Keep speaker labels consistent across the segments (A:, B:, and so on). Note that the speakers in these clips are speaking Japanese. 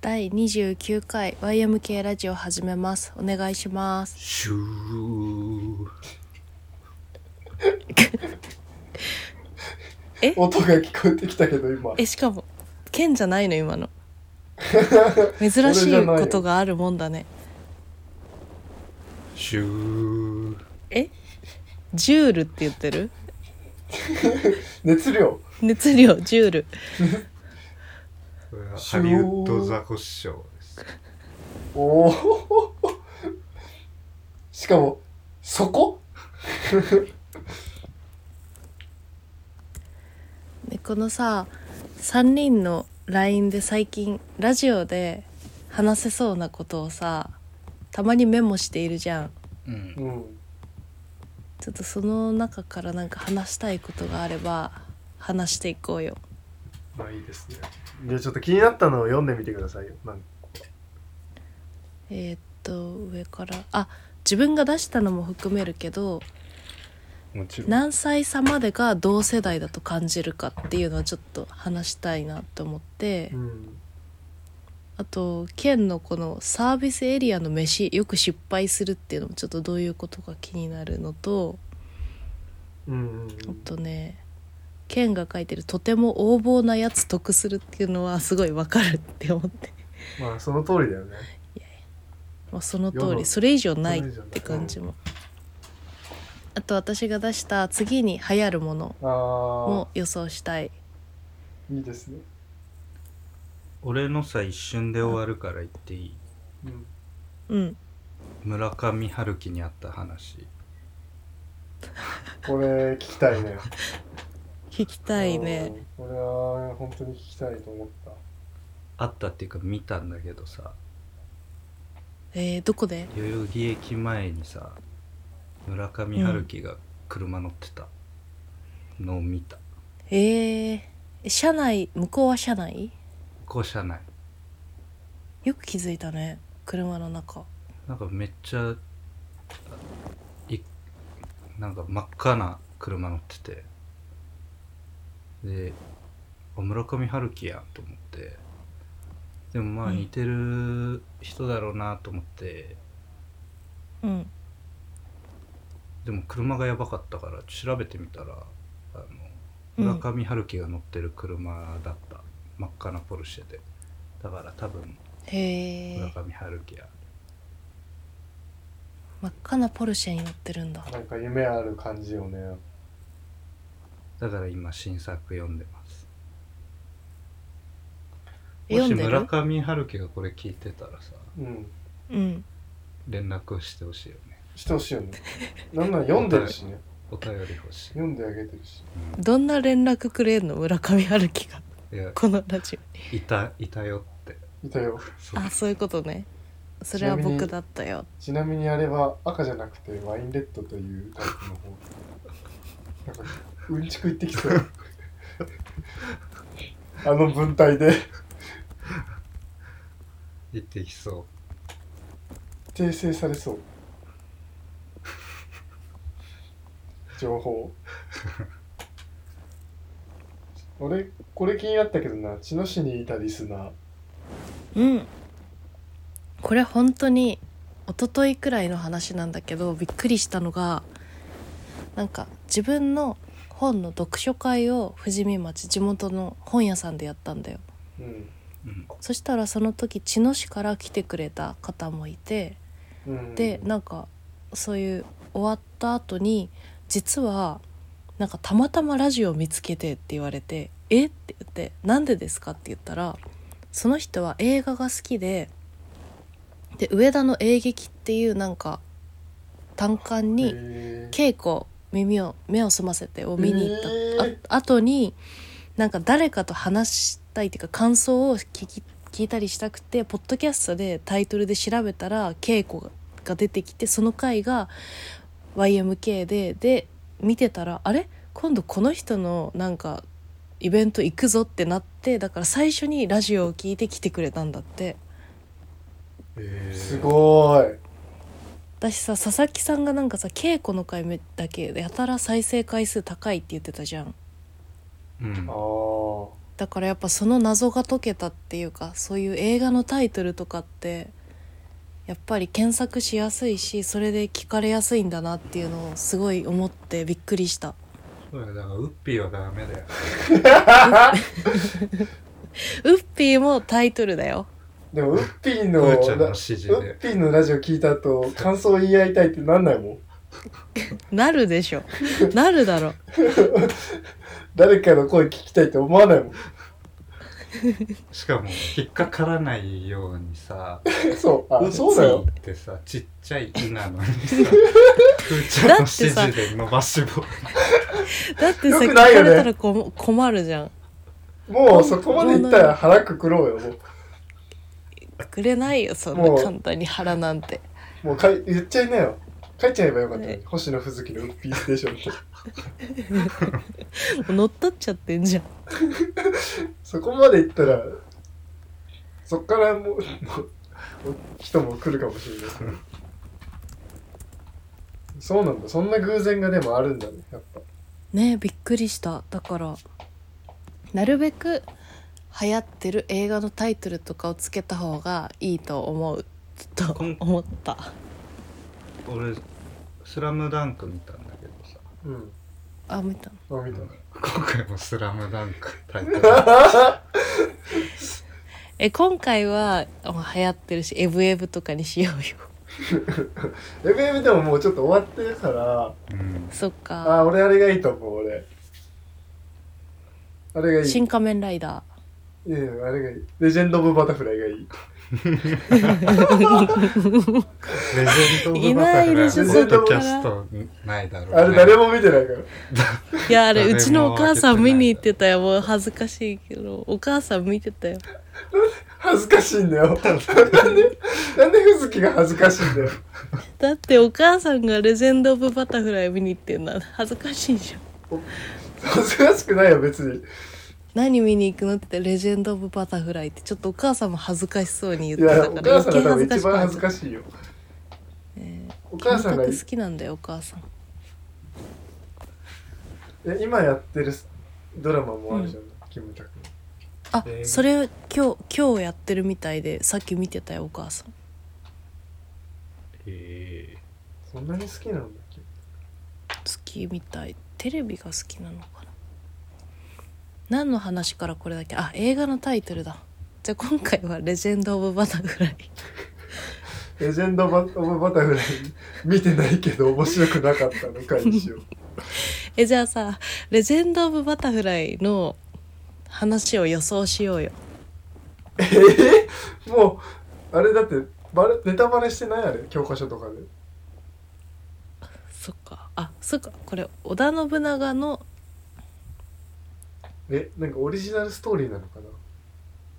A: 第29回 YMK ラジオ始めますお願いします
B: シュー
C: 音が聞こえてきたけど今
A: えしかも剣じゃないの今の珍し
C: 俺じゃ
A: い
C: ないよ
A: ことがあるもんだね
B: シュー
A: ジュールって言ってる
C: 熱量
A: 熱量ジュール
B: これは
C: シ
B: ハ
C: ュー
B: リウッドザコシショウです
C: おおしかもそこ
A: でこのさ3人の LINE で最近ラジオで話せそうなことをさたまにメモしているじゃん
B: うん
C: うん
A: ちょっとその中からなんか話したいことがあれば話していこうよ
C: まあいいですねじゃあちょっと気になったのを読んでみてくださいよなん
A: えーっと上からあ自分が出したのも含めるけど
B: もちろん
A: 何歳差までが同世代だと感じるかっていうのはちょっと話したいなと思って
C: うん
A: あと県のこのサービスエリアの飯よく失敗するっていうのもちょっとどういうことか気になるのと
C: うん
A: あとね県が書いてる「とても横暴なやつ得する」っていうのはすごいわかるって思って、
C: まあその通りだよね
A: まあ、その
C: 世
A: 通り
C: の
A: それ以上ないって感じも。あと私が出した次に流行るもの
C: あ
A: も予想したい
C: あいいですね
B: 俺のさ一瞬で終わるから言っていい
C: うん
A: うん
B: 村上春樹にあった話
C: これ聞きたいね
A: 聞きたいね
C: うんこれは本当に聞きたいと思った
B: あったっていうか見たんだけどさ
A: えー、どこで
B: 代々木駅前にさ村上春樹が車乗ってたのを見た、
A: えー、車内向こうは車内
B: 校舎内
A: よく気づいたね車の中
B: なんかめっちゃいなんか真っ赤な車乗っててであ村上春樹やんと思ってでもまあ
A: うん
B: 似てる人だろうなと思って、
A: うん
B: でも車がやばかったから調べてみたらあの
A: うん
B: 村上春樹が乗ってる車だった、真っ赤なポルシェでだから多分
A: へ
B: 村
A: え
B: 上春樹や、
A: 真っ赤なポルシェに乗ってるんだ
C: なんか夢ある感じよね
B: だから今新作読んでますも
A: 読
B: し
A: んで
B: 村
A: る
B: 上春樹がこれ聞いてたらさ
C: うん
A: うん
B: 連絡してほしいよね
C: してほし いよねなんなら読んでるしね
B: お便り欲しい、
C: 読んであげてるし
A: どんな連絡くれんの村上春樹が
B: いや
A: このラジ
B: いたいたよって
C: いたよ
B: そ
A: オ
B: う
A: あそういうことねそれは
C: ちなみに
A: 僕だったよ
C: ちなみにあれは赤じゃなくてワインレッドというタイプの方なんかうんちく言ってき そうあの文体で
B: 言ってきそ
C: 訂正されそう情報俺これ気になったけどな茅野市にいたリスナー
A: うんこれ本当に一昨日くらいの話なんだけどびっくりしたのがなんか自分の本の読書会を富士見町地元の本屋さんでやったんだよ
C: うん
B: う、うん、
A: そしたらその時茅野市から来てくれた方もいて
C: うん
A: でなんかそういう終わった後に実はなんかたまたまラジオを見つけてって言われて「えっ?」て言って「なんでですか?」って言ったらその人は映画が好きでで上田の映劇っていうなんか単館に
C: へー
A: 稽古耳を目を澄ませてを見に行った、
C: えー
A: あ後になんか誰かと話したいっていうか感想を聞き聞いたりしたくてポッドキャストでタイトルで調べたら稽古が出てきてその回が YMK でで見てたらあれ今度この人のなんかイベント行くぞってなってだから最初にラジオを聞いて来てくれたんだって
B: え
C: すごーい
A: 私さ佐々木さんがなんかさ稽古の回目だけやたら再生回数高いって言ってたじゃん
B: い、うん
C: ああ
A: だからやっぱその謎が解けたっていうかそういう映画のタイトルとかってやっぱり検索しやすいしそれで聞かれやすいんだなっていうのをすごい思ってびっくりした
B: そうだよだからウッピーはダメだよ
A: ウッピーもタイトルだよ
C: でもウッピー
B: ふ
C: の
B: ーちゃんの
C: ラウ
B: 指示
C: ッ
B: で
C: ピーのラジオ聞いた後感想言い合いたいってなんないもん
A: なるでしょなるだろ
C: 誰かの声聞きたいって思わないもん
B: しかも引っかからないようにさ
C: そう
B: ウ
C: あ
B: ッ
C: そうだよ
B: ピーってさちっちゃい「い」なのに さふーちゃんの
A: だっ
B: 指
A: てさ
B: 示で伸ばし棒
A: だってさ、
C: よ
A: 聞
C: くないよ
A: か
C: ね
A: れたらこ困るじゃん
C: もうそこまでいったら腹くくろうよもう
A: くれないよそん
C: もう
A: な簡単に腹なんて
C: もうかい言っちゃいなよ書いちゃえばよかったのに
A: ね
C: 星野ふずきのウッピーステーションって
A: 乗っ取っちゃってんじゃん
C: そこまでいったらそっからもうもう人も来るかもしれないそうなんだそんな偶然がでもあるんだねやっぱ
A: ねえびっくりしただからなるべく流行ってる映画のタイトルとかをつけた方がいいと思うと
B: こん
A: 思った
B: 俺「スラムダンク見たんだけどさ
C: うん
A: あ見た
C: あ見た
B: 今回も「スラムダンクタイトル
A: え今回はあ流行ってるし「エブエブ」とかにしよう よ
C: レベルでももうちょっと終わってるから
B: うん
A: そっか
C: あ俺あれがいいと思う俺あれが
A: 「
C: いい
A: 新仮面ライダ
C: いやいやあれがいいレジェンド・オブ・バタフライがいい
B: レジェンド・オブ・バタフライ
A: いないでしょ
B: ポッドキャストないだろう、ね、
C: あれ誰も見てないから
A: ー」いやあれ
B: 誰も
A: うちのお母さん見に行ってたよもう恥ずかしいけどお母さん見てたよ
C: 恥ずかしいんだよなんでなんでふずきが恥ずかしいんだよ
A: だってお母さんが「レジェンド・オブ・バタフライ」見に行ってんの恥ずかしいじゃん
C: 恥ずかしくないよ別に
A: 何見に行くのって言ってレジェンド・オブ・バタフライ」ってちょっとお母さんも恥ずかしそうに言っ
C: い
A: てた
C: や
A: か
C: お
A: ら
C: 母さん
A: 余計恥ずかし
C: が多分一
A: く
C: 番
A: な
C: 恥ず
A: る
C: かしいよ
A: えー
C: お母さんが
A: キムタク好きなんだよお母さん
C: え今やってるドラマもあるじゃん、キムタク
A: あ
B: えー
A: それ今日今日やってるみたいでさっき見てたよお母さん
B: え
C: そんなに好きなんだっけ
A: 好きみたいテレビが好きなのかな何の話からこれだっけあ映画のタイトルだじゃあ今回は「レジェンド・オブ・バタフライ」
C: レジェンド・オブ・バタフライ見てないけど面白くなかったのかにしよう
A: えじゃあさ「レジェンド・オブ・バタフライ」の話を予想しようよ
C: えー、もうあれだってバレネタバレしてないあれ教科書とかで
A: そっかあそっかこれ織田信長の
C: えなんかオリジナルストーリーなのかな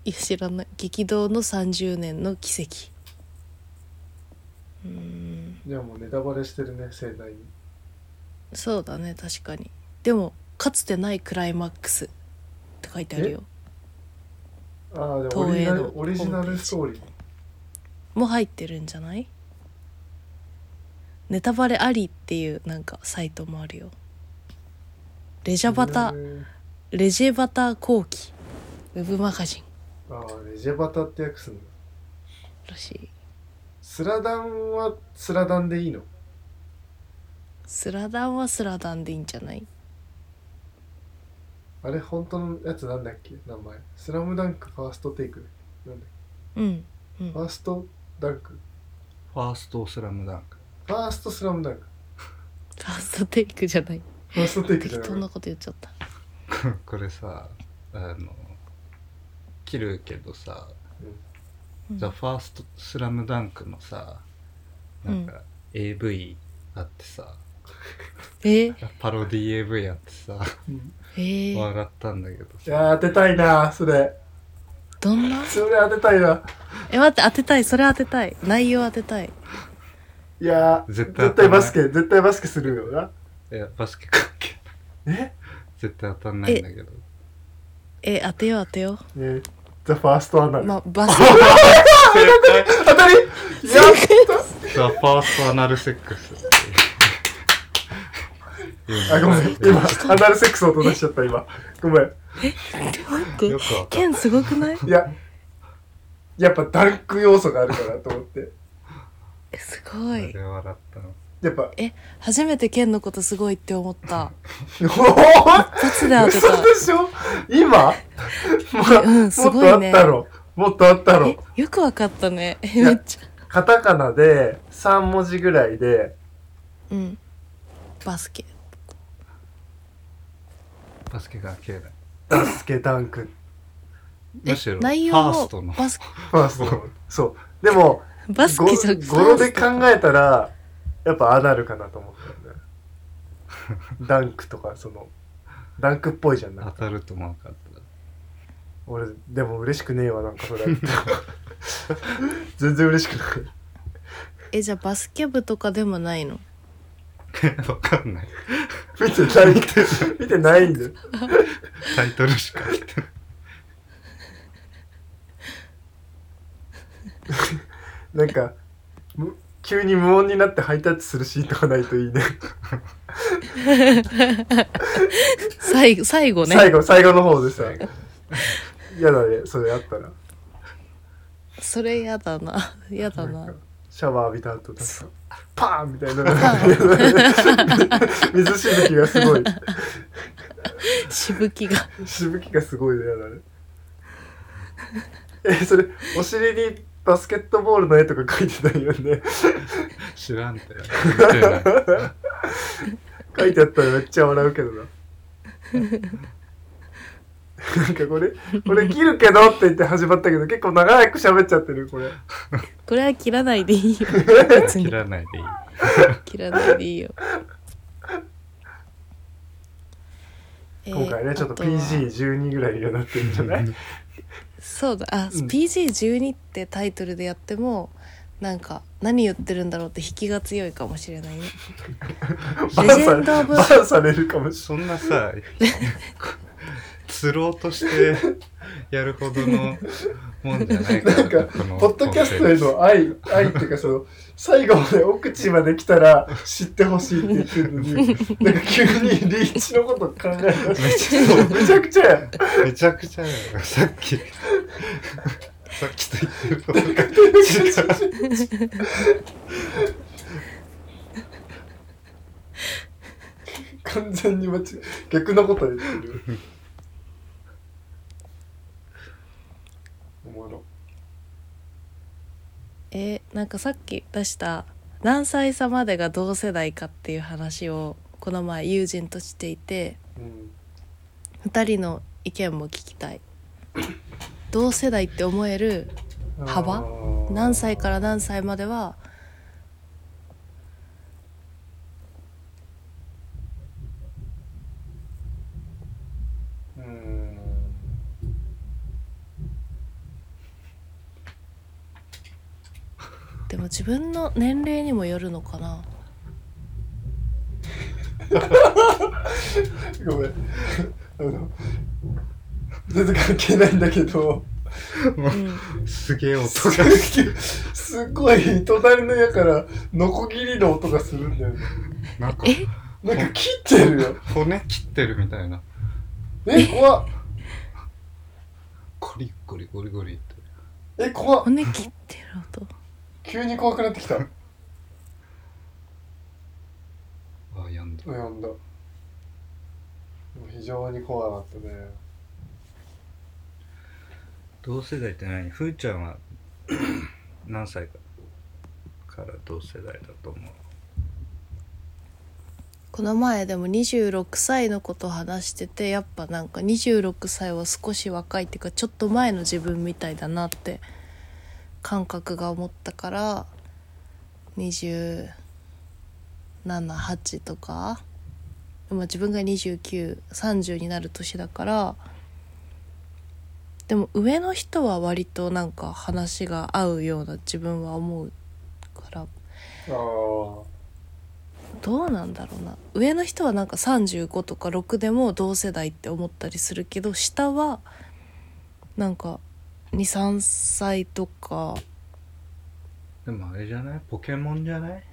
C: い
A: や知らない激動の30年の奇跡うーん
C: じゃあもうネタバレしてるね盛大に
A: そうだね確かにでもかつてないクライマックスって書いてあるよ
C: ああでもオリジナルオリジナルストーリー
A: もう入ってるんじゃないネタバレありっていうなんかサイトもあるよレジャバタ
C: えー
A: レジェバタ後期ウェブマガジン
C: ああレジェバタって訳すんだ
A: らしい
C: スラダンはスラダンでいいの
A: スラダンはスラダンでいいんじゃない
C: あれ本当のやつなんだっけ名前スラムダンクファーストテイクなんだっ
A: うん、う
C: けファ
A: ん、
C: ーストダンク
B: ファースト・スラムダンク
C: ファーストスラムダンク
A: ファーストテイクじゃない
C: ファーストテイクじ
A: 適
C: ゃない
A: 当なこと言っちゃった
B: これさあの切るけどさ
A: う
B: 「
A: ん
B: ザ・ファースト・スラムダンクのさなんか AV あってさ、
A: え
B: パロディ AV あってさ
C: うん
A: えー、
B: 笑ったんだけど
C: い
B: さ
C: やー当てたいなーそれ
A: どんな
C: それ当てたいな
A: え待って当てたいそれ当てたい内容当てたい
C: いやー
B: 絶
C: 絶
B: 対当
C: 対
B: たんない
C: バスケ絶対バスケするよない
B: やバスケ関係ない
C: え
B: 絶対当たんないんだけど
A: え当てよう当てよ
C: ねザ・ファーストアナ
A: う
C: ル、
A: まあバス
B: 正 解
C: 当たりやっ
B: ザ・ファーストアナルセックス。
C: あ、ごめん。今、アナルセックスを音出しちゃった、今。ごめん。
A: え
B: よくわか
A: ケンすごくない
C: いや、やっぱダンク要素があるからと思って。
A: えすご
B: る。あ
A: い
B: れ笑ったの。
C: やっぱ、
A: 初めてケンのことすごいって思った
C: おお
A: 一発で当て
C: 嘘でしょ今、
A: たうんす
C: もっ
A: ご
C: とあ
A: い
C: っ
A: ね
C: たろ。もっとあったろ。
A: えよくわかったねえ
C: や
A: めっちゃ
C: カタカナで3文字ぐらいで、
A: うんバスケ
B: バスケが綺麗だ。
C: ダスケダンク、
A: え
B: むしろ、フ
A: 内
B: ァ
A: 容
B: ース
A: も
B: トの。
A: バス
C: ファースト。そう。でも、
A: バスケじゃん
C: 語呂で考えたら、やっぱアナルかなと思ったんだよ。 ダンクとか、その、ダンクっぽいじゃんな
B: 当
C: い
B: たると思わなかった。
C: 俺、でも嬉しくねえわ、なんかそれ。全然嬉しくない。
A: えじゃあバスケ部とかでもないの
B: わか んない。
C: 見てない見て見てないんだよ
B: タイトルしか見てない。
C: なんかむ急に無音になってハイタッチするシーンとかないといいね
A: 最後最後ね
C: 最後最後の方でさ
B: 最後
C: 嫌だねそれあったら
A: それやだ なやだな
C: なんかシャワー浴びた後なんかパーンみたいななんか水しぶきがすごい
A: しぶきが
C: しぶきがすごいの嫌だねえそれお尻にバスケットボールの絵とか描いてないよね
B: 知らんて。見てない。
C: 書いてあったらめっちゃ笑うけどななんかこれこれ切るけどって言って始まったけど結構長く喋っちゃってるこれ
A: これは切らないでいい よ別
B: 切
A: に
B: らないでいい。
A: 切らないでいいよ
C: 今回
A: え
C: ね
A: ー
C: ちょっと
A: あは
C: PG12 ぐらいにはなってるんじゃない
A: そうだあ、
C: うん
A: PG12 ってタイトルでやってもなんか何言ってるんだろうって引きが強いかもしれないね
C: バン
A: レジェンドオ
C: さ
A: ブ
C: バンされるかもし
B: そんな さ、釣ろうとしてやるほどのもんじゃない
C: れないなんかポッドキャストへの愛愛っていうかその最後まで奥地まで来たら知ってほしいって言ってるのになんか急にリーチのこと考え出してめちゃくちゃやん
B: めちゃくちゃだよさっ き、さっきと言ってることが違う。
C: 完全に間違逆のこと言ってるおもろ
A: えーなんかさっき出した何歳差までが同世代かっていう話をこの前友人としていて
C: うん
A: 2人の意見も聞きたい同世代って思える幅
C: あー
A: 何歳から何歳までは
C: うん
A: でも自分の年齢にもよるのかな
C: ごめんあの全然関係ないんだけど
B: も
A: うん
B: うすげえ音が
C: すごいすごい隣の家からノコギリの音がするんだよね
B: なんか
A: え
C: なんか切って るよ
B: 骨切ってるみたいな。
C: え怖っ
B: ゴリゴリゴリゴリって。
C: え怖っ
A: 骨切ってる音
C: 急に怖くなってきた
B: あ、やんだ。
C: うんやんだもう非常に怖かったね
B: 同世代って何ふーちゃんは 何歳かから同世代だと思う
A: この前でも26歳のこと話しててやっぱなんか26歳は少し若いっていうかちょっと前の自分みたいだなって感覚が思ったから278とかまあ自分が2930になる年だからでも上の人は割となんか話が合うような自分は思うから
C: ああ
A: どうなんだろうな上の人はなんか35とか6でも同世代って思ったりするけど下はなんか23歳とか
B: でもあれじゃないポケモンじゃない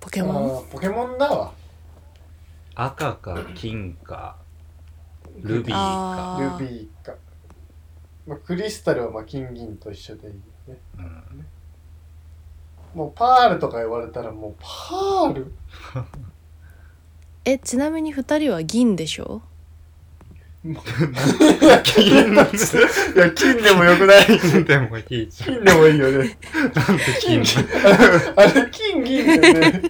A: ポケモン
C: あーポケモンだわ
B: 赤か金かルビー
A: あー
B: か、
C: ルビーか。まあ、クリスタルはまあ金銀と一緒でいいよね。
B: うん、
C: もうパールとか言われたらもうパール
A: えちなみに2人は銀でしょ
B: 金
C: いや、金でもよくない。
B: でもいいじゃん
C: 金でもいいよね。
B: なんで
C: 金
B: 金
C: 銀。あれ、金銀だよね。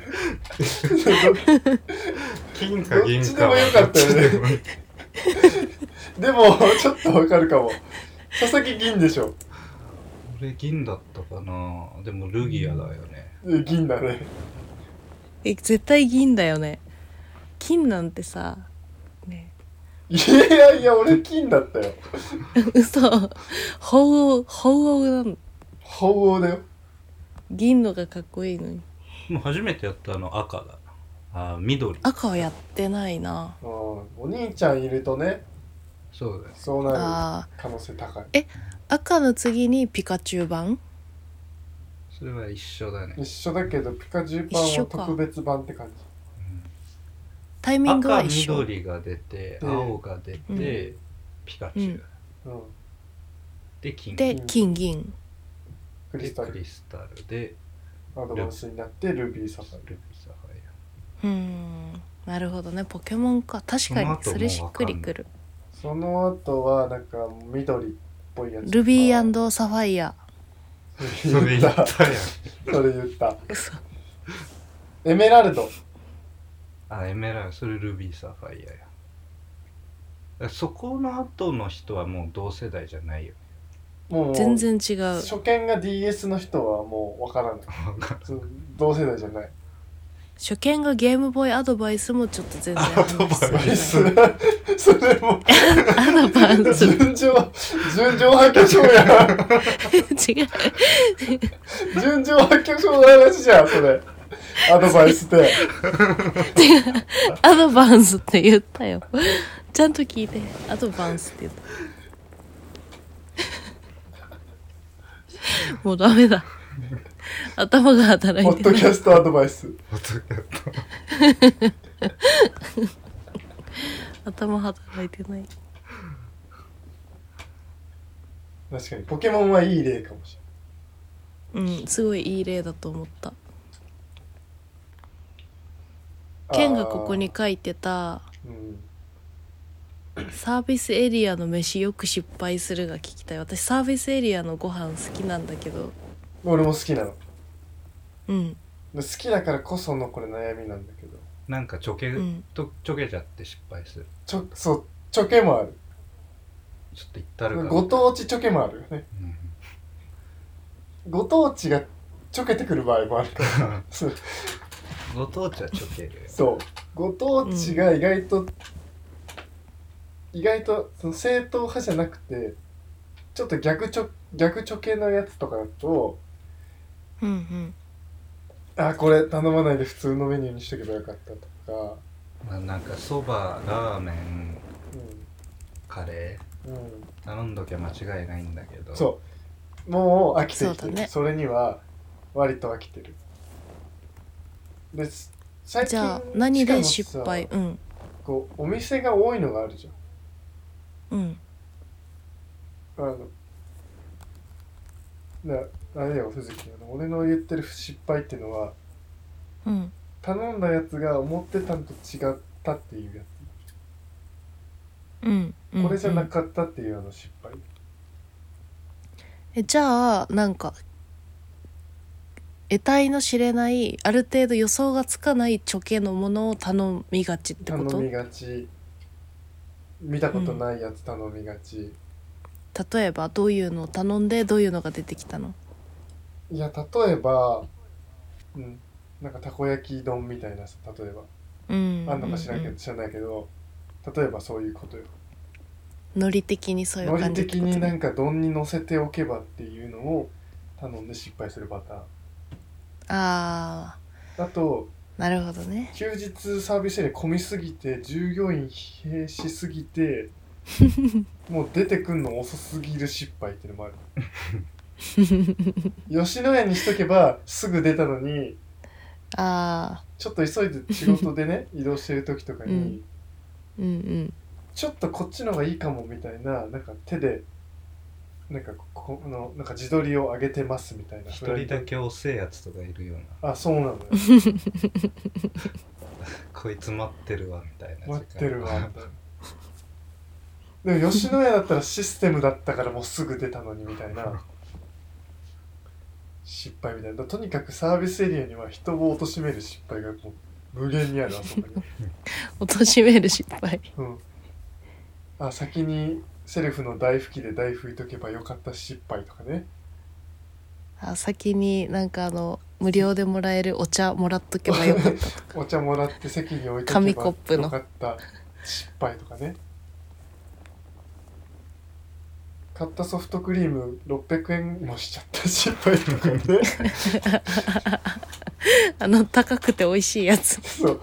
B: 金か銀か
C: どっちでもよかったよ
B: ど
C: ね
B: ちでもいい
C: でも、ちょっとわかるかも。佐々木銀でしょ。
B: 俺銀だったかなでもルギアだよね
C: で銀だね。
A: え絶対銀だよね金なんてさね
C: いやいや、俺金だったよ。
A: 嘘鳳凰鳳凰なの
C: 鳳凰だよ。
A: 銀のがかっこいいのに
B: もう初めてやったの赤だあー緑
A: 赤はやってないな
C: うんお兄ちゃんいるとね、
B: そうだよ
C: そうな
A: あ
C: る可能性高い。
A: ー赤の次にピカチュウ版
B: それは一緒だね
C: 一緒だけど、ピカジューパン
A: 一緒
C: は
A: か
C: 特別版って感じ。
A: タイミングは
B: 赤
A: 一緒
B: 緑が出て
C: うん
B: 青が出て、ピカチュウ、
A: うん
C: うん。
B: で金
A: で金銀
C: クリ
B: で
C: スタ
B: ク
C: ル、
B: リスタルで
C: アドバンスになって、ルビーサファイ
B: ルビーサファイア
A: うんなるほどねポケモンか確かに
B: その後もう
A: それしっくりくる
C: その後は、なんか、緑っぽいやつ。
A: ルビ
C: あ
A: ーサファイア
B: それ言ったやん
C: それ言った。
A: 嘘
C: エメラルド。
B: あエメラルドそれルビーサファイアやだからそこの後の人はもう同世代じゃないよ
C: もう、
A: 全然違う
C: 初見が DS の人はもうわからない。
B: 分かる
C: そう同世代じゃない。
A: 初見がゲームボーイアドバイスもちょっと全然
B: アドバ
C: それ
B: イ
A: 話せない
C: それも
A: アドバイス
C: 純情純情発狂症やん
A: 違う
C: 純情発狂症の話じゃんそれアドバイ スって
A: アドバンスって言ったよちゃんと聞いてアドバンスって言 ったもうダメだ頭が働
C: ポ
A: い
C: ッ
A: て
C: ド
A: な
C: キ
A: い
C: ャストアドバイス
A: 頭働いてない
C: 確かにポケモンはいい例かもし
A: うんすごいいい例だと思った
C: れな
A: ケ
C: い
A: ンがここに、書いてた
C: あーうん、
A: サービスエリアの飯よく失敗するが聞きたい私サービスエリアのご飯好きなんだけど
C: 俺も好きなの
A: うん
C: 好きだからこそのこれ悩みなんだけど
B: なんかちょけ、
A: うん
B: とちょけちゃって失敗する
C: ちょそうチョケもある
B: ちょっと行ったるかな
C: ご当地チョケもあるよね
B: うん
C: ご当地がチョケてくる場合もあるから そう
B: ご当地はちょけるよ
C: そうご当地が意外と、意外とその正統派じゃなくてちょっと逆ちょ逆チョ系のやつとかだと
A: うんうん
C: あこれ頼まないで普通のメニューにしとけばよかったとか、
B: まあ、なんかそばラーメンカレ
C: うんうん、
B: ー頼んどきゃ間違いないんだけど
C: そうもう飽きてきて
A: そう
C: るそ,、
A: だね
C: れには割と飽きてるです最
A: じ
C: 近
A: ゃあ何で失
C: し
A: 敗
C: かもさ
A: うん
C: こうお店が多いのがあるじゃん
A: うん
C: あの、な、あれだよ、鈴木。あの俺の言ってる失敗っていうのは、
A: うん
C: 頼んだやつが思ってたんと違ったっていうや
A: うんう
C: つ。
A: ん
C: これじゃなかったっていうあの失敗。
A: えじゃあなんか得体の知れないある程度予想がつかないチョケのものを頼みがちってこ
C: 頼
A: と
C: みがち。見たことないやつ頼みがち。
A: 例えばどういうのを頼んでどういうのが出てきたの
C: いや、例えば、うん、なんかたこ焼き丼みたいなさ、例えば。
A: うん
C: あんのか知らんけ
A: う
C: ど、知らないけど、例えばそういうことよ。
A: ノリ的にそうい
C: ノ
A: う
C: リ
A: 感じって
C: 的
A: こと
C: にな
A: ね
C: んか丼に乗せておけばっていうのを頼んで失敗するパターン。
A: あ
C: あと、
A: ーなるほどね
C: 休日サービスエリア混みすぎて従業員疲弊しすぎ てもう出てくんの遅すぎる失敗っていうのもある吉野家にしとけばすぐ出たのに
A: あ
C: ちょっと急いで仕事でね移動してる時とかに、
A: うんうん
C: ちょっとこっちの方がいいかもみたいななんか手でなんかここのなんか自撮りを上げてますみたいな
B: 一人だけ遅えやつとかいるような
C: あそうなのよ
B: こいつ待ってるわみたいな
C: 待ってるわみたいなでも吉野家だったらシステムだったからもうすぐ出たのにみたいな失敗みたいなとにかくサービスエリアには人を貶としめる失敗がもう無限にあるあそこに、
A: 貶としめる失敗
C: うん、あ先にセルフの台拭きで台拭いとけばよかった失敗とかね
A: あ先になんかあの無料でもらえるお茶もらっとけばよかったとか
C: お茶もらって席に置いと
A: 紙
C: け
A: コッ
C: ば
A: プの
C: よかった失敗とかね買ったソフトクリーム600円もしちゃった失敗とかね
A: あの高くて美味しいやつ
C: そう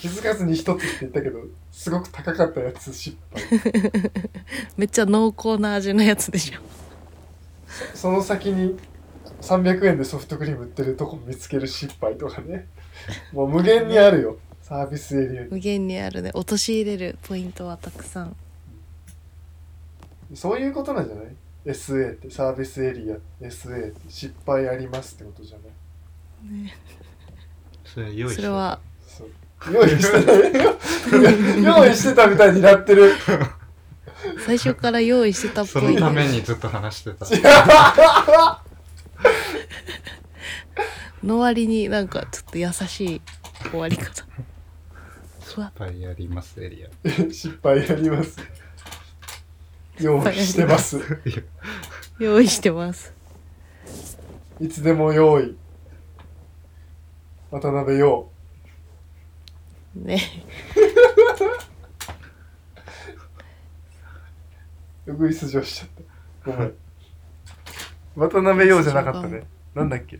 C: 気づかずに一つって言ったけどすごく高かったやつ失敗
A: めっちゃ濃厚な味のやつでしょ
C: その先に300円でソフトクリーム売ってるとこ見つける失敗とか ねもう無限にあるよサービスエリアに
A: 無限にあるね陥れるポイントはたくさん
C: そういうことなんじゃない ?SA ってサービスエリア SA って失敗ありますってことじゃない
B: それ用意
A: そ
B: して
A: れは
C: そう用意して た用意してたみたいになってる
A: 最初から用意してたっぽ
B: そ
A: い
B: の
A: けど
B: ためにずっと話してた
A: の割になんかちょっと優しい終わり方 ふわ
B: いっぱいやりますエリア
C: 失敗あります用意してます
A: 用意してます
C: いつでも用意渡辺用
A: ね
C: うぐいす嬢しちゃったごめん渡辺用じゃなかったねなんだっけ
A: い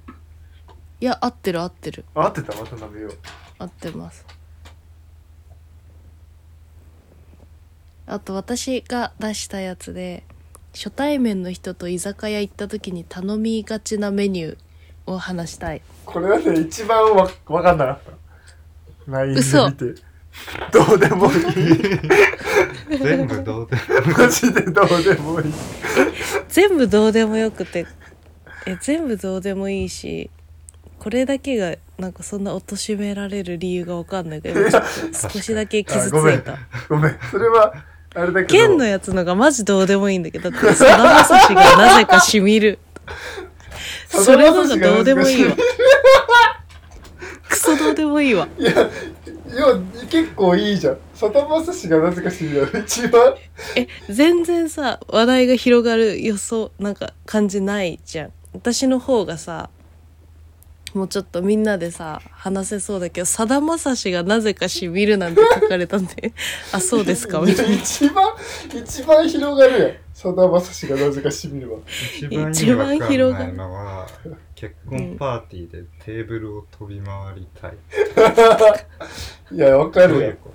A: や合ってる合ってる
C: あ合ってた渡辺用
A: 合ってますあと私が出したやつで初対面の人と居酒屋行った時に頼みがちなメニューを話したい
C: これはね一番わ分かんなかった LINE で
A: 嘘
C: 見てどうで もいい
B: 全部どうでも
C: マジでどうでもいい
A: 全部どうでもよくてえ全部どうでもいいしこれだけがなんかそんな貶められる理由がわかんないけどちょっと少しだけ傷つ
C: あごめ
A: い
C: ん
A: た
C: ごめんそれはあれだけど
A: 剣のやつのがマジどうでもいいんだけどだってさだまさしがなぜかしみるそれのがどうでもいいわクソどうでもいいわ
C: いやいや結構いいじゃんさだまさしがなぜか知るよ一番
A: え全然さ話題が広がる予想なんか感じないじゃん私の方がさもうちょっとみんなでさ話せそうだけどさだまさしがなぜかしみるなんて書かれたんであそうですかみたいな
C: 一番一番広がるやんさだまさしがなぜかしみるわ
B: 一番意味わかんないのは結婚パーティーでテーブルを飛び回りたい、
C: いやわか
B: どうい
C: るや
B: うこ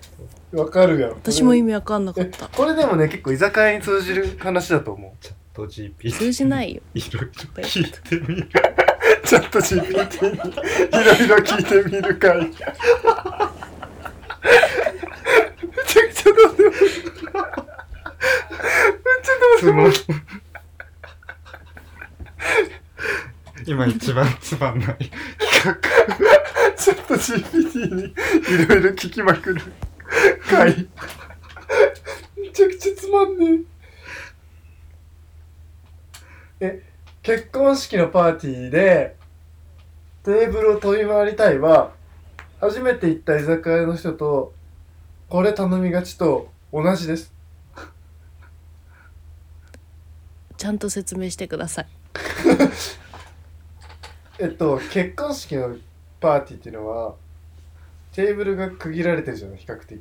B: と
C: んわかるやん
A: 私も意味わかんなか
C: え
A: った
C: これでもね結構居酒屋に通じる話だと思
B: チャット GPT
A: 通じないよ
B: いろいろ聞い てみる
C: う ちょっと GPT にいろいろ聞いてみるかいめちゃくちゃどうでもいいめちゃどうでもいい
B: つまん今一番つまんない企
C: ちょっと GPT にいろいろ聞きまくる回めちゃくちゃつまんねええ結婚式のパーティーでテーブルを飛び回りたいは初めて行った居酒屋の人とこれ頼みがちと同じです
A: ちゃんと説明してください
C: えっと結婚式のパーティーっていうのはテーブルが区切られてるじゃない比較的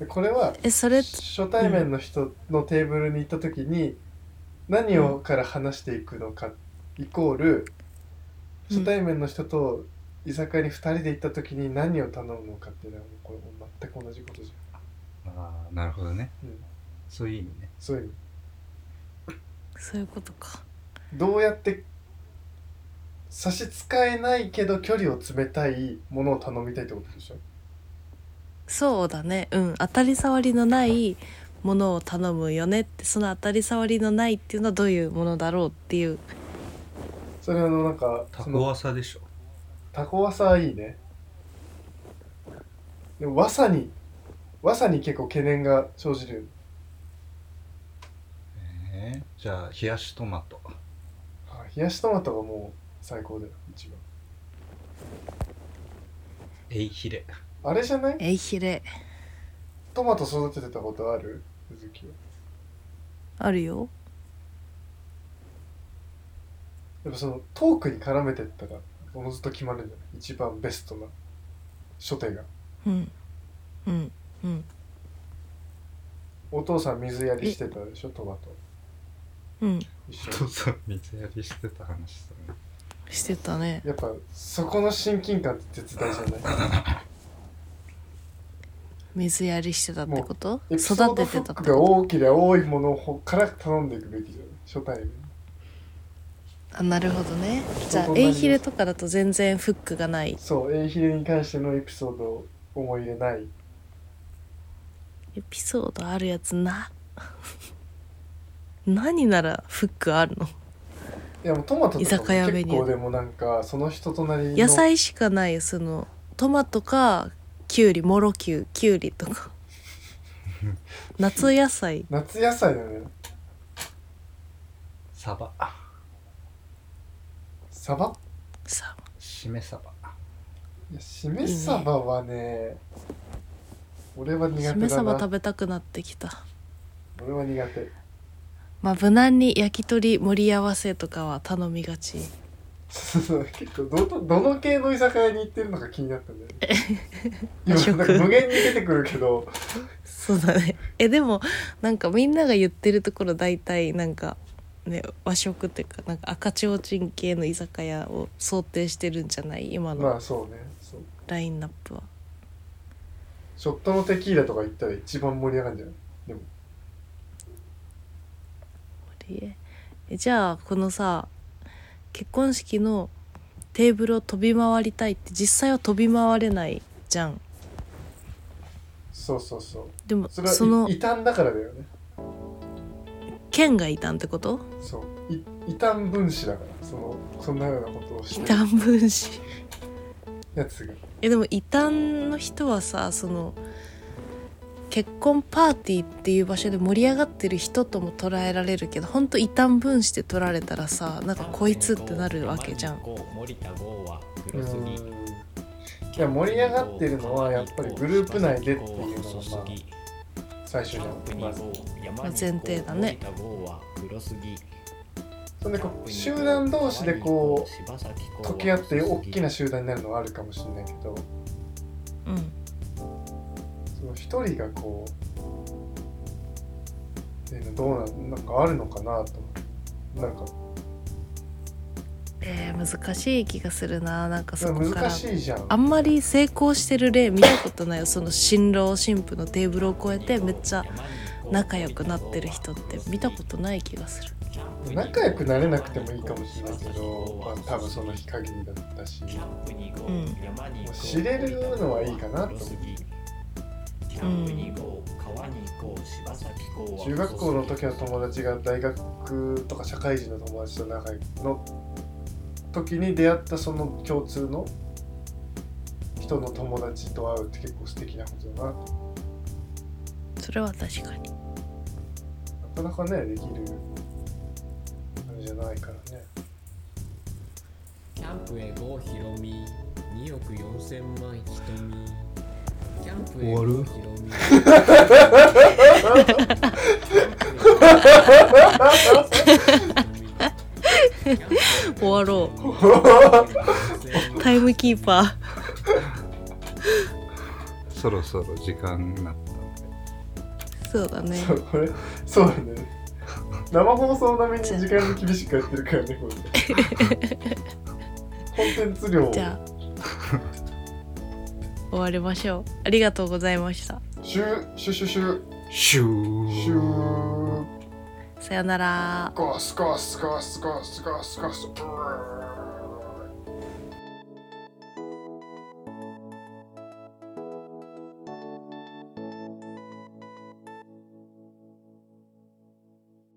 C: でこれは
A: えそれ
C: 初対面の人のテーブルに行った時に何をから話していくのかイコール
A: うん
C: 初対面の人と居酒屋に2人で行った時に何を頼むのかっていうのはもうこれもう全く同じことじ
B: 画ああなるほどね
C: ゃん、うん、
B: そういう意味ね
C: そういう
A: そういうことか
C: どうやって差し支えないけど距離を詰めたいものを頼みたいってことでしょ
A: そうだねうん当たり障りのないものを頼むよねってその当たり障りのないっていうのはどういうものだろうっていう
C: それあのなんか
B: タ
C: そ
B: コ
C: の
B: ワサでしょ
C: タコワサいいねでもわさにわさに結構懸念が生じる
B: えーじゃあ冷やしトマト
C: あ冷やしトマトがもう最高だよ一番
B: エイヒレ
C: あれじゃない
A: えいひれ
C: トマト育ててたことある鈴木は
A: あるよ
C: やっぱそのトークに絡めてったらおのずと決まるんじゃない一番ベストな初手が
A: うんうんうん
C: お父さん水やりしてたでしょトマト
A: うん
C: 一
B: お父
C: 緒に
B: さん水やりしてた話だね
A: してたね
C: やっぱそこの親近感って絶大じゃ ない
A: 水やりしてたってこと
C: エピソ
A: 育
C: ード
A: て
C: フ
A: て
C: ッ
A: たって
C: ク
A: こ
C: が
A: と
C: 多ければ多いものをから頼んでいくべきじゃない初対面
A: あなるほどねじゃ
C: そ
A: あ
C: う
A: エイヒレとかだと全然フックがない
C: そうエイヒレに関してのエピソードを思い入れない
A: エピソードあるやつな 何ならフックあるの
C: いやもうトマト
A: 居
C: とかも
A: 酒屋メ
C: 結
A: ニュー
C: 構でもなんかその人となりの
A: 野菜しかないそのトマトかきゅうりもろきゅうきゅうりと か夏野菜
C: 夏野菜だよね
B: サバ
C: サバ
A: さ
B: しめサバ
C: いやしめサバはね俺は苦手だ
A: し
C: な
A: め鯖食べたくなってきた
C: 俺は苦手
A: まあ無難に焼き鳥盛り合わせとかは頼みがち
C: そう結構どのどの系の居酒屋に行ってるのか気になったんだよね今
A: 食
C: なんか無限に出てくるけど
A: そうだね えでもなんかみんなが言ってるところ大体なんかね和食っていうかなんか赤ちょうちん系の居酒屋を想定してるんじゃない今
C: ま
A: の
C: あそうねそう
A: ラインナップは、
C: ショットのテキーラとか行ったら一番盛り上がるんじゃない
A: 堀江えじゃあこのさ結婚式のテーブルを飛び回りたいって実際は飛び回れないじゃん
C: そうそうそう
A: でも
C: それは
A: その
C: い異端だからだよね
A: 県がいたんってこと
C: そうい異端分子だからそのそんなようなことをし
A: 異
C: てる
A: 端分子
C: やつが
A: えでも異端の人はさその結婚パーティーっていう場所で盛り上がってる人とも捉えられるけど本当異端分子で取られたらさなんかこいつってなるわけじゃん
D: 森田剛は
C: う
D: 黒す
C: ん
D: ぎ
C: いや盛り上がってるのはやっぱりグループ内でっていうのがまあ最初にあってます
A: 前提だね
C: そんでこう集団同士でこう溶け合って大きな集団になるのはあるかもしれないけど
A: うん
C: その一人がこうっていうのどうなんなんかあるのかなと思ってなんか
A: えー難しい気がするななんかそこから
C: 難しいじゃん
A: あんまり成功してる例見たことないよその新郎新婦のテーブルを越えてめっちゃ仲良くなってる人って見たことない気がする
C: 仲良くなれなくてもいいかもしれないけど、まあ、多分その日限りだったし
A: うん
D: 知れるのはいいかなと思って
A: うん
C: 中学校の時の友達が大学とか社会人の友達と仲良くの時に出会ったその共通の人の友達と会うって結構素敵なことだな
A: それは確かに
C: なかなかねできるあれじゃないからね
D: キャンプへ郷ひろみ2億4千万ひとみキャンプへ郷ひろ み
A: 終わろ
D: うは
A: タイムキーパ
B: そろそろ時間になったので
A: ーそうだね
C: そうこれそうだね生放送のために時間に厳しくやってるからねこれ コンテンツ量を
A: じゃあ終わりましょうありがとうございました
C: シュシュシュシュ
B: シュー
C: シュ
A: さよなら
C: ゴスゴスゴスゴスゴスゴスブー